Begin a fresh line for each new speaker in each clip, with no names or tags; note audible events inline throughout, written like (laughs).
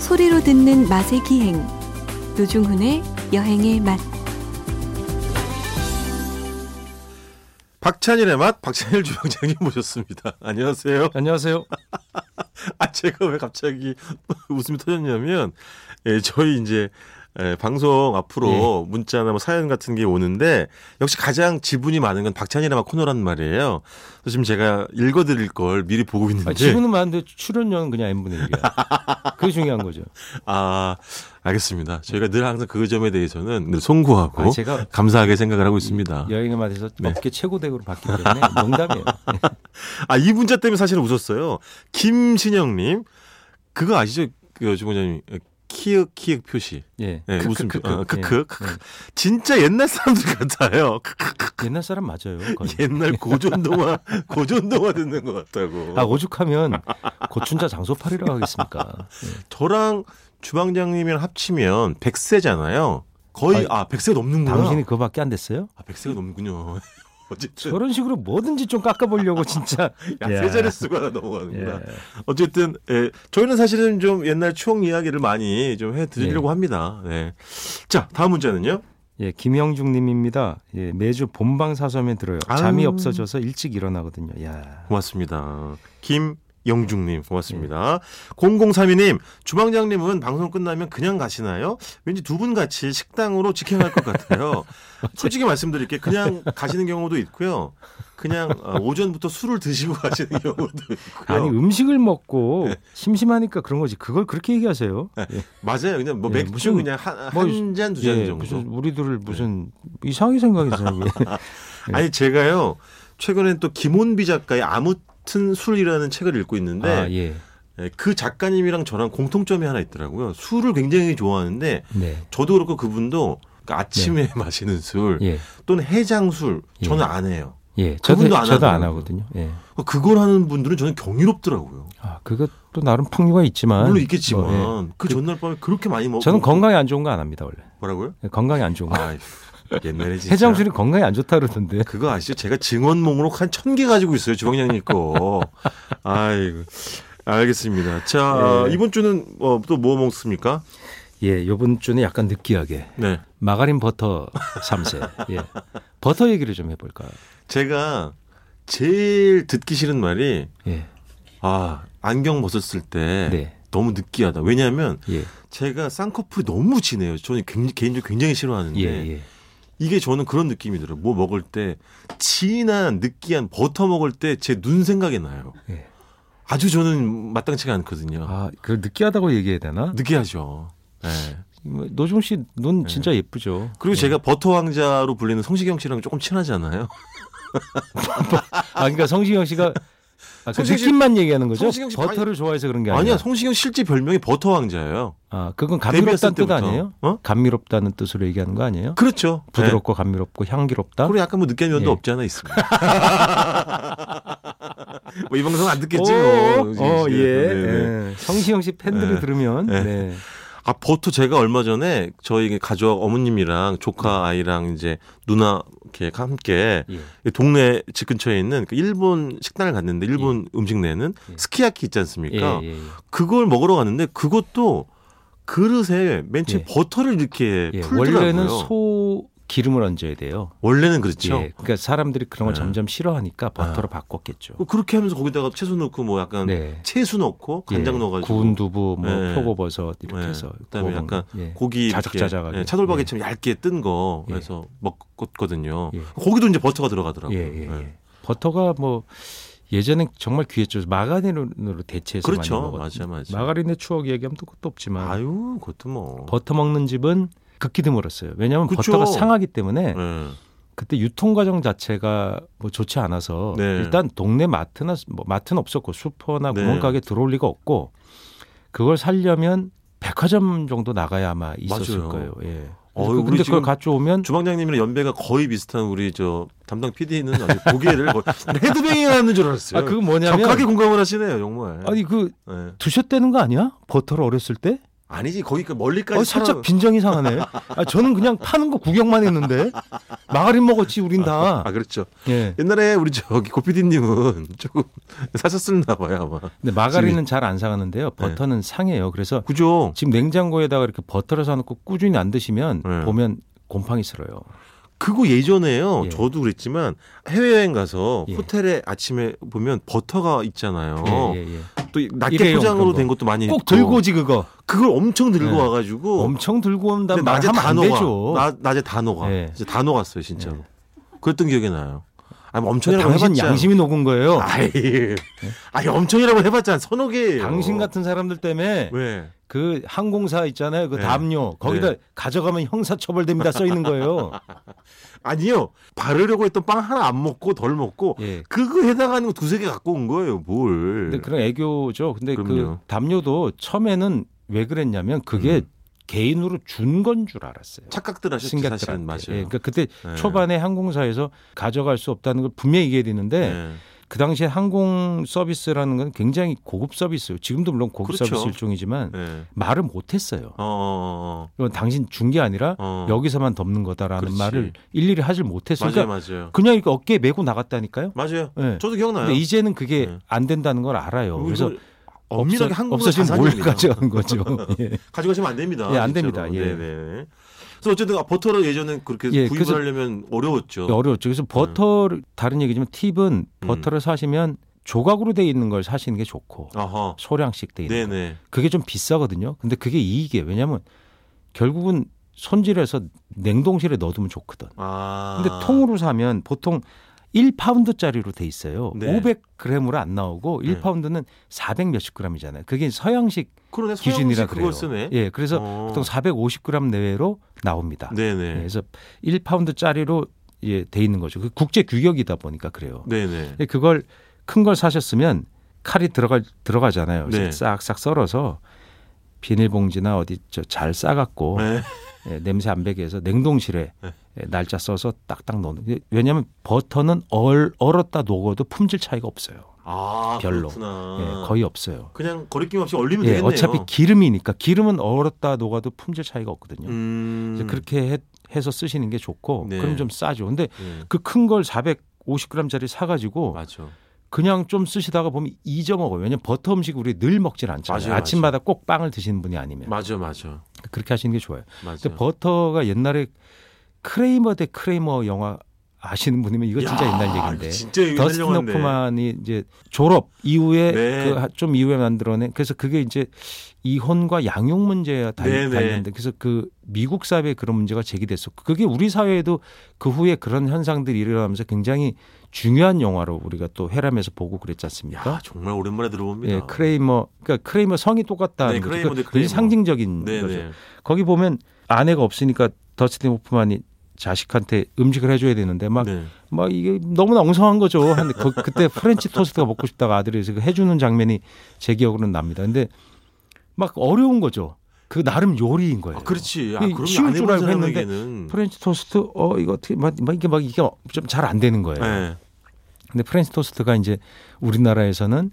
소리로 듣는 맛의 기행 노중훈의 여행의 맛
박찬일의 맛 박찬일 (laughs) 주방장님 모셨습니다. 안녕하세요.
안녕하세요.
아 제가 왜 갑자기 (laughs) 웃음이 터졌냐면 예, 저희 이제 예, 방송 앞으로
예.
문자나 뭐 사연 같은 게 오는데 역시 가장 지분이 많은 건 박찬일의 맛 코너란 말이에요. 그래서 지금 제가 읽어드릴 걸 미리 보고 있는데
아, 지분은 많은데 출연료는 그냥 n분의 1이야. 그게 중요한 거죠.
아, 알겠습니다. 저희가 늘 항상 그 점에 대해서는 늘 송구하고
아, 제가
감사하게 생각을 하고 있습니다.
여행의 맛에서
네.
업계 최고 대우를 받기 때문에 농담이에요.
아, 이 문자 때문에 사실은 웃었어요. 김신영님, 그거 아시죠? 그 주부장님. 키읔, 키읔 표시.
예.
(laughs) 예,
크크,
웃음 표-
크크.
아, 크크,
예,
크크. 진짜 옛날 사람들 같아요. 크크크. 예.
예. 옛날 사람 맞아요. 거의.
옛날 고전동화, (laughs) 고전동화 듣는 것 같다고.
아 오죽하면 고춘자 장소팔이라고 하겠습니까? 예.
저랑 주방장님이랑 합치면 100세잖아요. 거의, 아, 100세 넘는구나.
당신이 그거밖에 안 됐어요?
아, 100세가 넘군요. (laughs) 어쨌든.
저런 식으로 뭐든지 좀 깎아보려고 진짜.
(laughs) 야,
예.
세 자리 수가 나 넘어가는구나.
예.
어쨌든 예, 저희는 사실은 좀 옛날 추억 이야기를 많이 좀 해드리려고 합니다. 네. 자 다음 문제는요.
예, 김영중님입니다. 예, 매주 본방 사수하면 들어요. 잠이
아유.
없어져서 일찍 일어나거든요. 야,
고맙습니다. 김영중님 고맙습니다.
네.
0032님 주방장님은 방송 끝나면 그냥 가시나요? 왠지 두 분 같이 식당으로 직행할 것 같아요.
(laughs)
솔직히 말씀드릴게 그냥 가시는 경우도 있고요. 그냥 어, 오전부터 술을 드시고 가시는 경우도 있고요. 네.
아니 그 음식을 먹고 심심하니까 그런 거지. 그걸 그렇게 얘기하세요? 예.
맞아요. 그냥 뭐
예,
맥주
무슨-
그냥 한
뭐
한 잔 두 잔
예,
정도. 네.
무슨 우리들을 무슨 이상하게 생각해서
(laughs)
네.
아니 제가요 최근엔 또 김온비 작가의 아무튼 술이라는 책을 읽고 있는데
아, 예.
예, 그 작가님이랑 저랑 공통점이 하나 있더라고요. 술을 굉장히 좋아하는데
네.
저도 그렇고 그분도 그 아침에 (laughs) 마시는 술
예.
또는 해장술
예.
저는 안 해요.
예. 저도
그분도 안
저도 안
하더라고요.
하거든요. 예.
그걸 하는 분들은 저는 경이롭더라고요.
아, 그것도 나름 풍류가 있지만
물론 있겠지만
아, 뭐,
그 전날 밤에 그렇게 많이
예.
먹
저는 건강에 안 좋은 거 안 합니다, 원래.
뭐라고요?
예, 건강에 안 좋은 거.
뭐. 아 옛날에 진짜
해장술이 건강에 안 좋다 그러던데.
그거 아시죠? 제가 증언 목록 한 천 개 가지고 있어요. 주방장님 거. 아이고. 알겠습니다. 자,
예.
이번 주는 또 뭐 먹습니까?
예, 요번 주는 약간 느끼하게
네.
마가린 버터 3세. 예. 버터 얘기를 좀 해볼까.
제가 제일 듣기 싫은 말이
예.
아, 안경 벗었을 때
네.
너무 느끼하다. 왜냐하면
예.
제가 쌍꺼풀이 너무 진해요. 저는 굉장히, 개인적으로 굉장히 싫어하는데
예. 예.
이게 저는 그런 느낌이 들어요. 뭐 먹을 때 진한 느끼한 버터 먹을 때 제 눈 생각이 나요.
예.
아주 저는 마땅치가 않거든요.
아, 그걸 느끼하다고 얘기해야 되나?
느끼하죠. 예.
뭐, 노종 씨 눈 진짜 예쁘죠.
네.
네.
그리고 제가 버터 왕자로 불리는 성시경 씨랑 조금 친하잖아요.
아, 그러니까 성시경 씨가 아, 그
성시경 씨-
느낌만 얘기하는 거죠?
성시경 씨
버터를 좋아해서 그런 게 아니라.
아니야, 성시경 실제 별명이 버터 왕자예요.
아, 그건
데뷔했을
감미롭다는 뜻
때부터.
아니에요?
어?
감미롭다는 뜻으로 얘기하는 거 아니에요?
그렇죠.
부드럽고 감미롭고 향기롭다.
네. 그리고 약간 뭐 느끼한 면도
예.
없지 않아 있습니다. (laughs) 뭐 이 방송 안 듣겠지
오,
뭐.
어, 예.
네, 네.
예. 성시경 씨 팬들이
예.
들으면
예.
네.
아 버터 제가 얼마 전에 저희 가족 어머님이랑
음.
조카 아이랑 이제 누나 이렇게 함께
예.
동네 집 근처에 있는 그 일본 식당을 갔는데 일본 음식 내는
예.
스키야키 있지 않습니까? 네,
예, 예, 예.
그걸 먹으러 갔는데 그것도 그릇에 맨 처음
예.
버터를 이렇게
예,
풀더라고요.
원래는 소 기름을 얹어야 돼요.
원래는 그렇죠.
예. 그러니까 사람들이 그런 걸
예.
점점 싫어하니까 버터로 바꿨겠죠.
아. 그렇게 하면서 거기다가 채소 넣고 뭐 약간
네.
채수 넣고 간장
예,
넣어가지고
구운 두부, 뭐
예.
표고버섯 이렇게
예.
해서
그다음에
구워 먹는
약간
거. 예.
고기
자작자작하게.
이렇게, 예, 차돌박이처럼 얇게 뜬 거
예.
그래서 먹었거든요.
예.
고기도 이제 버터가 들어가더라고요.
예, 예,
예.
예. 버터가 뭐 예전엔 정말 귀했죠. 마가린으로 대체해서
그렇죠.
많이 먹었죠.
맞아요, 맞아요.
마가린의 추억 얘기하면 또 끝도 없지만
아유, 그것도 뭐.
버터 먹는 집은 극히 드물었어요. 왜냐하면
그쵸.
버터가 상하기 때문에
예.
그때 유통 과정 자체가 뭐 좋지 않아서
네.
일단 동네 마트나 뭐 마트는 없었고 슈퍼나
네.
구멍가게 들어올 리가 없고 그걸 살려면 백화점 정도 나가야 아마 있었을
맞아요.
거예요. 예.
어이,
그-
우리
근데
지금
그걸 가져오면
주방장님이랑 연배가 거의 비슷한 우리 저 담당 PD는 아주
(laughs)
고개를 거의 헤드뱅잉 하는 줄 알았어요.
아 그거 뭐냐면
적하게 공감을 하시네요, 정말.
아니 그
예.
두셨다는 거 아니야? 버터를 어렸을 때?
아니지 거기 그 멀리까지
어, 살짝
살아-
빈정이 상하네. 아, 저는 그냥 파는 거 구경만 했는데 마가린 먹었지 우린 다.
아 그렇죠.
예.
옛날에 우리 저기 고피디님은 (laughs) 조금 사셨었나 봐요 아마.
근데 마가린은 잘 안
네.
상하는데요. 버터는 상해요. 그래서
그죠.
지금 냉장고에다가 이렇게 버터를 사놓고 꾸준히 안 드시면
네.
보면 곰팡이 슬어요.
그거 예전에요.
예.
저도 그랬지만 해외여행 가서
예.
호텔에 아침에 보면 버터가 있잖아요.
예, 예, 예.
또 낱개
일회용
포장으로
그런 거.
된 것도 어. 많이
꼭
있고.
들고 오지 그거.
그걸 엄청 들고
네.
와가지고
엄청 들고 온다면
근데 낮에
말하면
다
안
녹아.
되죠.
나- 낮에 다 녹아.
예.
진짜 다 녹았어요 진짜로. 그랬던 기억이 나요. 아니 뭐 엄청이라고
당신
해봤지. 않-
양심이 녹은 거예요.
아이, 아이 엄청이라고 해봤지 한 서너 개.
당신 같은 사람들 때문에
왜?
그 항공사 있잖아요. 그
네.
담요 거기다
네.
가져가면 형사처벌됩니다 써 있는 거예요.
아니요. 바르려고 했던 빵 하나 안 먹고 덜 먹고
예.
그거 해당하는 거 두세 개 갖고 온 거예요. 뭘?
근데 네, 그런 애교죠. 근데 그
그럼요.
담요도 처음에는 왜 그랬냐면 그게
음.
개인으로 준 건 줄 알았어요.
착각들 하셨죠
승객들한테.
사실은 맞아요.
예, 그러니까 그때
예.
초반에 항공사에서 가져갈 수 없다는 걸 분명히 얘기해야 되는데
예.
그 당시에 항공 서비스라는 건 굉장히 고급 서비스예요. 지금도 물론 고급
그렇죠.
서비스 일종이지만
예.
말을 못 했어요.
어, 어,
이건 당신 준 게 아니라
어, 어.
여기서만 덮는 거다라는
그렇지.
말을 일일이 하질 못했어요.
맞아요,
그러니까
맞아요.
그냥 이렇게 어깨에 메고 나갔다니까요.
맞아요.
예.
저도 기억나요.
근데 이제는 그게
네.
안 된다는 걸 알아요.
그리고
그래서
이거 엄밀하게 한국은
없어진 뭘
자산입니다.
가져간 거죠.
(laughs)
예.
가져가시면 안 됩니다.
예, 안
진짜로.
됩니다. 예.
네네. 그래서 어쨌든 아, 버터를 예전에 그렇게
예,
구입을
그래서-
하려면 어려웠죠.
예, 어려웠죠.
음.
그래서 버터 를 다른 얘기지만 팁은 버터를 사시면 조각으로 돼 있는 걸 사시는 게 좋고
아하.
소량씩 돼 있는 거.
네네.
그게 좀 비싸거든요. 근데 그게 이익이에요. 왜냐하면 결국은 손질해서 냉동실에 넣어두면 좋거든.
아.
근데 통으로 사면 보통 1파운드짜리로 돼 있어요.
네.
500g으로 안 나오고
네.
1파운드는 400 몇십 gram이잖아요. 그게 서양식
그러네. 기준이라
기준이라
그걸
그래요.
쓰네.
예, 그래서
어.
보통 450g 내외로 나옵니다. 예,
네네.
그래서 1파운드짜리로 예, 돼 있는 거죠. 그 국제 규격이다 보니까 그래요.
네네.
근데 그걸 큰 걸 사셨으면 칼이 들어가 들어가잖아요. 그래서
네.
싹싹 썰어서 비닐봉지나 어디 저 잘 싸갖고
네.
예, 냄새 안 배게 해서 냉동실에
네.
예, 날짜 써서 딱딱 넣는. 게- 왜냐하면 버터는 얼 얼었다 녹어도 품질 차이가 없어요.
아,
별로.
그렇구나.
예, 거의 없어요.
그냥 거리낌 없이 얼리면
예,
되겠네요.
어차피 기름이니까 기름은 얼었다 녹아도 품질 차이가 없거든요.
음.
이제 그렇게 해, 서 쓰시는 게 좋고
네.
그럼 좀 싸죠. 근데
예.
그 큰 걸 450g짜리 사가지고
맞죠.
그냥 좀 쓰시다가 보면 잊어먹어요. 왜냐면 버터 음식 우리 늘 먹질 않잖아요.
맞아요,
침마다꼭 빵을 드시는 분이 아니면
맞아, 맞아.
그렇게 하시는 게 좋아요.
맞아.
예. 근데 버터가 옛날에 크레이머 대 크레이머 영화 아시는 분이면 이거 진짜
야,
옛날 얘기인데.
진짜 옛날
더스틴
영화인데.
호프만이 이제 졸업 이후에
네.
그 좀 이후에 만들어낸 그래서 그게 이제 이혼과 양육 문제와 달-
네, 네.
달렸는데 그래서 그 미국 사회에 그런 문제가 제기됐었고 그게 우리 사회에도 그 후에 그런 현상들이 일어나면서 굉장히 중요한 영화로 우리가 또 회람해서 보고 그랬지 않습니까?
야, 정말 오랜만에 들어봅니다.
예, 크레이머 그러니까 크레이머 성이 똑같다는
네,
거죠.
크레이머 대
그러니까
크레이머.
굉장히 상징적인 거죠.
네네.
거기 보면 아내가 없으니까 더스틴 호프만이 자식한테 음식을 해줘야 되는데 막,
네.
막뭐 이게 너무나 엉성한 거죠. 한 그, 그때 프렌치 토스트가 먹고 싶다가 아들이 그래서 해주는 장면이 제 기억으로는 납니다. 근데 막 어려운 거죠. 그 나름 요리인 거예요.
아, 그렇지. 음. 아,
이게
그럼
쉬울
안
줄
해본
알고 했는데
사람에게는.
프렌치 토스트 어 이거 어떻게 막, 막 이게 막 이게 좀 잘 안 되는 거예요.
네.
근데 프렌치 토스트가 이제 우리나라에서는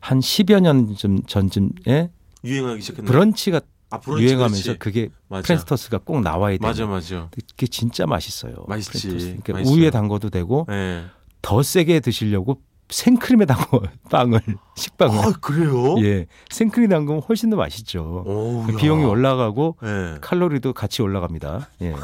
한 10여 년 좀 전쯤에
유행하기 시작했나?
브런치가
아, 브런치,
유행하면서
그렇지.
그게
맞아.
프렌치 토스트가 꼭 나와야 돼요.
맞아, 맞아.
그게 진짜 맛있어요.
맛있지.
프렌치 토스트. 그러니까
맛있어요.
우유에 담궈도 되고
네.
더 세게 드시려고 생크림에 담궈 (laughs) 빵을 식빵을
아, 그래요?
예 생크림 담그면 훨씬 더 맛있죠.
오, 야.
비용이 올라가고
예. (laughs)
칼로리도 같이 올라갑니다. 예.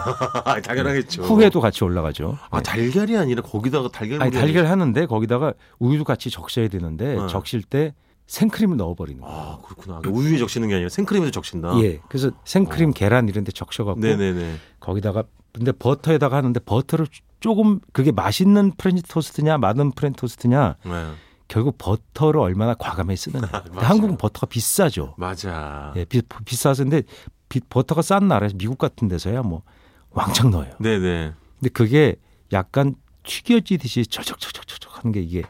당연하겠죠.
후회도 같이 올라가죠.
그렇죠.
예.
아, 달걀이 아니라 거기다가 달걀.
아니
물이
달걀 하는데 거기다가 우유도 같이 적셔야 되는데
네.
적실 때 생크림을 넣어버리는 거예요.
아, 그렇구나. 그러니까 우유에 적시는 게 아니라 생크림에도 적신다.
예, 그래서 생크림, 계란 이런 데 적셔갖고
네네네.
거기다가 근데 버터에다가 하는데 버터를 조금 그게 맛있는 프렌치 토스트냐, 맛은 프렌치 토스트냐
네.
결국 버터를 얼마나 과감하게 쓰느냐. 근데 한국은 버터가 비싸죠.
아, 맞아.
예, 비, 비싸서 근데 비- 버터가 싼 나라에서 미국 같은 데서야 뭐 왕창 넣어요.
네네.
근데 그게 약간 튀겨지듯이 저적저적저적 하는 게 (laughs) 이게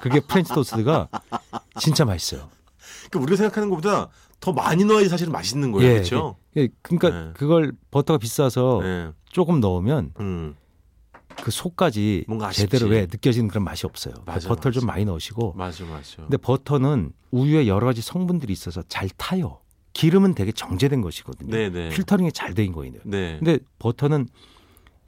그게 프렌치 토스트가 진짜 맛있어요.
그러니까 우리가 생각하는 것보다 더 많이 넣어야지 사실 맛있는 거예요.
예, 어.
그렇죠?
예, 그러니까
네.
그걸 버터가 비싸서
네.
조금 넣으면
음.
그 속까지
뭔가 아쉽지.
제대로 왜 느껴지는 그런 맛이 없어요. 그러니까
맞아,
버터를 좀
맞아.
많이 넣으시고
그렇죠. 맞아, 맞아.
근데 버터는 우유에 여러 가지 성분들이 있어서 잘 타요. 기름은 되게 정제된 것이거든요.
네네.
필터링이 잘 된 거예요.
네.
근데 버터는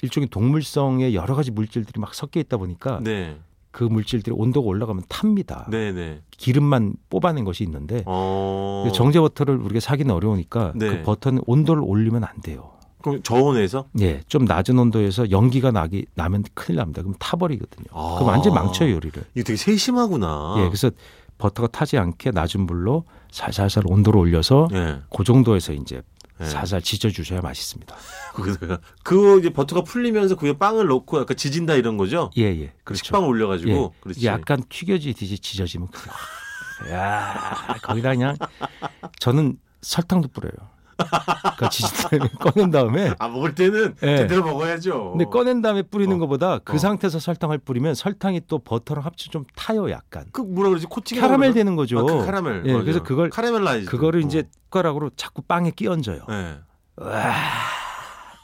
일종의 동물성의 여러 가지 물질들이 막 섞여 있다 보니까
네.
그 물질들이 온도가 올라가면 탑니다.
네. 네.
기름만 뽑아낸 것이 있는데
어.
예. 정제 버터를 우리가 사기는 어려우니까
네.
그 버터는 온도를 올리면 안 돼요.
그럼 저온에서?
예, 좀 낮은 온도에서 연기가 나기 나면 큰일 납니다. 그럼 타버리거든요.
아.
그럼 완전 히 망쳐요 요리를.
이거 되게 세심하구나.
예, 그래서 버터가 타지 않게 낮은 물로 살살살 온도를 올려서
예.
그 정도에서 이제
예.
살살 지져 주셔야 맛있습니다.
거기다가 (laughs) 그 이제 버터가 풀리면서 그 위에 빵을 넣고 약간 지진다 이런 거죠?
예, 예, 그렇죠.
식빵 올려가지고
예,
그렇지.
이게 약간 튀겨지듯이 지져지면 그냥 야 거기다 그냥 저는 설탕도 뿌려요. 그러니까 지지대를 (laughs) 꺼낸 다음에
아 먹을 때는
예.
제대로 먹어야죠.
근데 꺼낸 다음에 뿌리는
어.
것보다 그
어.
상태에서 설탕을 뿌리면 설탕이 또 버터랑 합쳐 좀 타요 약간
그 뭐라 그러지 코팅
캐러멜 되는 거죠.
아, 그 카라멜.
예,
맞아요.
그래서 그걸
카라멜라이즈.
그거를 이제 숟가락으로 자꾸 빵에 끼얹어요.
어.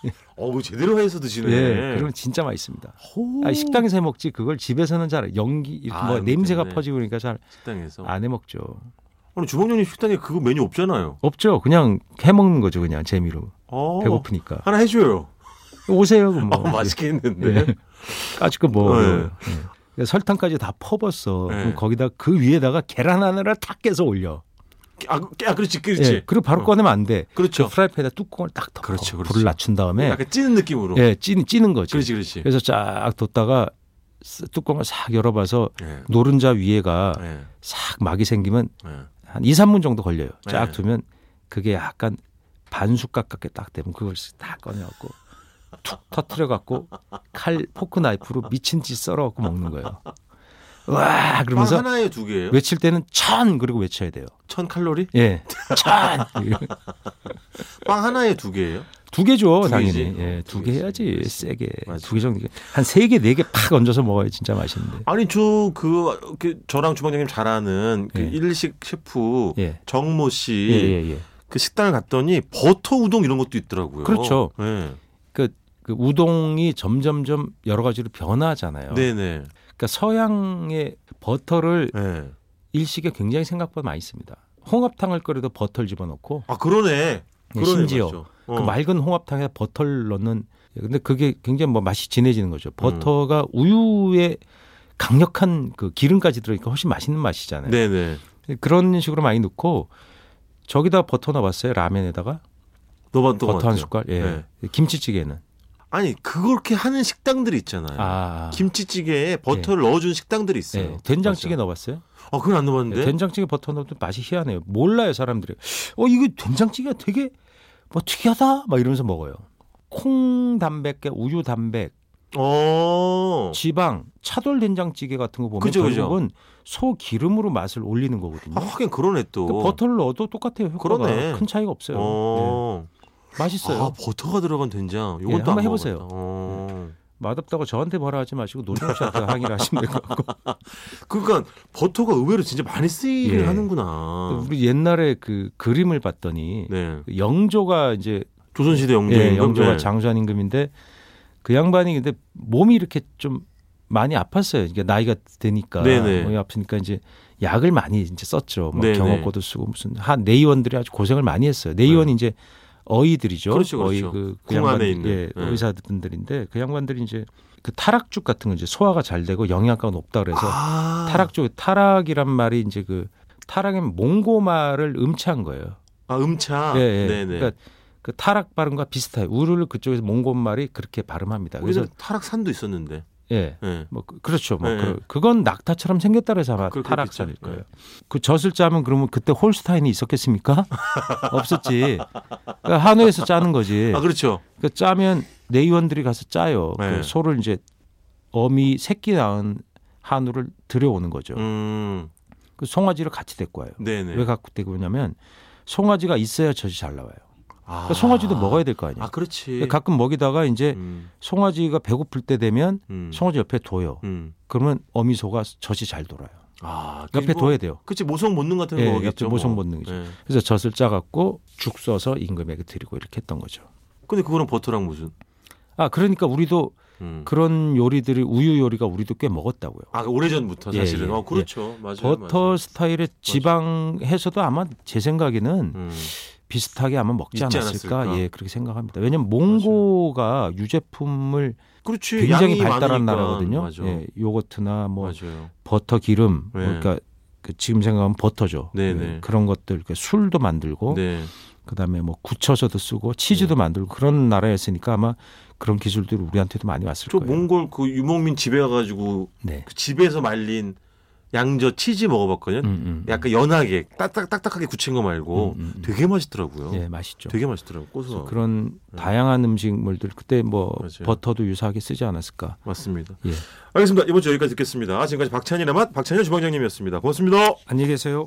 예. 어우 제대로 해서 드시네.
예, 그러면 진짜 맛있습니다.
호.
아, 식당에서 해 먹지 그걸 집에서는 잘 연기 이렇게
아,
뭐
연기
냄새가
때문에.
퍼지고 그러니까 잘 안
식당에서.
해 먹죠.
아, 오늘 주방장님 식당에 그거 메뉴 없잖아요.
없죠. 그냥 해 먹는 거죠. 그냥 재미로
어.
배고프니까
하나 해줘요.
오세요.
(laughs)
그럼 뭐
아, 맛있겠는데.
예. 까짓 거뭐 그러니까
네.
설탕까지 다 퍼봤어.
네.
그럼 거기다 그 위에다가 계란 하나를 탁 깨서 올려.
아, 그- 아, 그렇지, 그렇지.
예, 그리고 바로
어.
꺼내면 안 돼.
그렇죠.
그 프라이팬에다 뚜껑을 딱 덮어.
그렇죠, 그렇죠.
불을 낮춘 다음에
약간 찌는 느낌으로.
예, 찌, 찌는 거지.
그렇지, 그렇지.
그래서 쫙 뒀다가 쓱 뚜껑을 싹 열어봐서
예.
노른자 위에가
예.
싹 막이 생기면
예.
한 2, 3분 정도 걸려요. 쫙
네.
두면 그게 약간 반숙 가깝게 딱 되면 그걸 다 꺼내갖고 툭 터트려갖고 칼 포크 나이프로 미친 짓 썰어갖고 먹는 거예요. 와
빵
그러면서
하나에 두 개예요?
외칠 때는 천 그리고 외쳐야 돼요.
천 칼로리?
예, 천.
빵 하나에 두 개예요?
두 개죠
두 개지.
당연히. 예,
어,
두
두
개
개지.
해야지
그렇지.
세게.
맞아.
두 개 정도. 한 세 개 네 개 팍 얹어서 먹어야 진짜 맛있는데.
아니 저 그 저랑 주방장님 잘 아는 그
예.
일식 셰프
예.
정모
예,
씨 그
예, 예.
식당을 갔더니 버터 우동 이런 것도 있더라고요.
그렇죠.
예.
그 우동이 점점점 여러 가지로 변하잖아요.
네네.
그러니까 서양의 버터를
예.
일식에 굉장히 생각보다 많이 씁니다. 홍합탕을 끓여도 버터를 집어넣고
아 그러네.
네,
그러네
심지어
맞죠. 어.
그 맑은 홍합탕에 버터를 넣는 예, 근데 그게 굉장히 뭐 맛이 진해지는
음.
거죠. 버터가 우유에 강력한 그 기름까지 들어니까 훨씬 맛있는 맛이잖아요. 예,
네네.
그런 식으로 많이 넣고 저기다 버터 넣어봤어요 라면에다가
너봤던 네.
버터 한 숟갈. 예. 김치찌개는
아니 그렇게 하는 식당들이 있잖아요.
아
네. 김치찌개에 버터를 넣어준 식당들이 있어요.
예. 된장찌개 넣어봤어요?
아 그건 안 넣어봤는데.
된장찌개 버터 넣어도 맛이 희한해요. 몰라요 사람들이. 어 이거 된장찌개가 되게 뭐 특이하다 막 이러면서 먹어요. 콩 단백계 우유 단백
어.
지방 차돌 된장찌개 같은 거 보면
그죠, 그죠.
결국은 소 기름으로 맛을 올리는 거거든요.
아, 하긴 그러네 또.
그 버터를 넣어도 똑같아요. 효과가
그러네.
큰 차이가 없어요.
어.
네. 맛있어요.
아 버터가 들어간 된장. 이것도
예,
안
한번 해보세요.
먹어봤다. 어. 항의를
맛없다고 저한테 뭐라 하지 마시고 노종 씨한테 항의를 하시면 될
(laughs)
것 같고.
그러니까 버터가 의외로 진짜 많이 쓰이긴
예.
하는구나.
우리 옛날에 그 그림을 봤더니
어.
그
네.
영조가 이제
조선시대 영조.
예, 영조가 장수한 임금인데 그 양반이 근데 몸이 이렇게 좀 많이 아팠어요. 이게 나이가 드니까
네네.
몸이 아프니까 이제 약을 많이 이제 썼죠. 뭐
네네. 네.
경험고도 쓰고 무슨 한 내의원들이 아주 고생을 많이 했어요. 내의원이 이제 어의들이죠.
그렇죠, 그렇죠.
어의 그, 그
궁 안에
양반들,
있는.
예,
예.
의사분들인데 그 양반들이 이제 그 타락죽 같은 거 이제 소화가 잘 되고 영양가가 높다 그래서
아.
타락죽 타락이란 말이 이제 그 타락은 몽고말을 음치한 거예요.
아 음차.
예, 예.
네네.
그러니까 그 타락 발음과 비슷해요. 우르를 그쪽에서 몽골말이 그렇게 발음합니다. 그래서
우리는 타락산도 있었는데.
예.
예.
뭐 그- 그렇죠. 뭐
예, 예.
그, 건 낙타처럼 생겼다 그래서 아마
그렇겠죠.
타락산일 거예요.
예.
그 젖을 짜면 그러면 그때 홀스타인이 있었겠습니까? (laughs) 없었지. 그러니까 한우에서 짜는 거지.
아 그렇죠.
그 짜면 내의원들이 가서 짜요.
예.
그 소를 이제 어미 새끼 낳은 한우를 들여오는 거죠.
음.
그 송아지를 같이 데리고 와요.
네네.
그렇죠. 왜 갖고 데리고 오냐면 송아지가 있어야 젖이 잘 나와요.
아.
그러니까 송아지도 먹어야 될 거 아니에요.
아 그렇지.
근데 가끔 먹이다가 이제
음.
송아지가 배고플 때 되면
음.
송아지 옆에 둬요.
음.
그러면 어미소가 젖이 잘 돌아요.
아.
옆에
둬야
둬야 돼요.
그치 모성 본능 같은
예,
거겠죠.
옆에
뭐.
모성 본능이죠.
예.
그래서 젖을 짜갖고 죽 써서 임금에게 드리고 이렇게 했던 거죠.
근데 그거랑 버터랑 무슨?
아 그러니까 우리도
음.
그런 요리들이 우유 요리가 우리도 꽤 먹었다고요.
아 오래 전부터
예,
사실은.
예,
어, 그렇죠. 맞아요.
버터
맞아요.
스타일의 지방에서도 아마 제 생각에는
음.
비슷하게 아마 먹지
있지
않았을까?
않았을까.
예 그렇게 생각합니다. 왜냐면 몽고가 유제품을
그렇지.
굉장히
양이
발달한
많으니까. 음,
나라거든요.
맞아.
예, 요거트나 뭐
맞아요.
버터 기름
네.
그러니까 그 지금 생각하면 버터죠.
네네.
예, 그런 것들 그러니까 술도 만들고
네.
그다음에 뭐 굳혀서도 쓰고 치즈도 만들고 그런 나라였으니까 아마 그런 기술들이 우리한테도 많이 왔을
저
거예요.
몽골 그 유목민 집에 가가지고
네.
그 집에서 말린 양저 치즈 먹어봤거든요.
음, 음,
약간 연하게 딱딱 딱딱하게 굳힌 거 말고
음, 음.
되게 맛있더라고요.
예, 맛있죠.
되게 맛있더라고 고소. 그
그런
네.
다양한 음식물들 그때 뭐
맞아요.
버터도 유사하게 쓰지 않았을까?
맞습니다.
예.
알겠습니다. 이번 주 여기까지 듣겠습니다. 지금까지 박찬일의 맛 박찬일 주방장님이었습니다. 고맙습니다.
안녕히 계세요.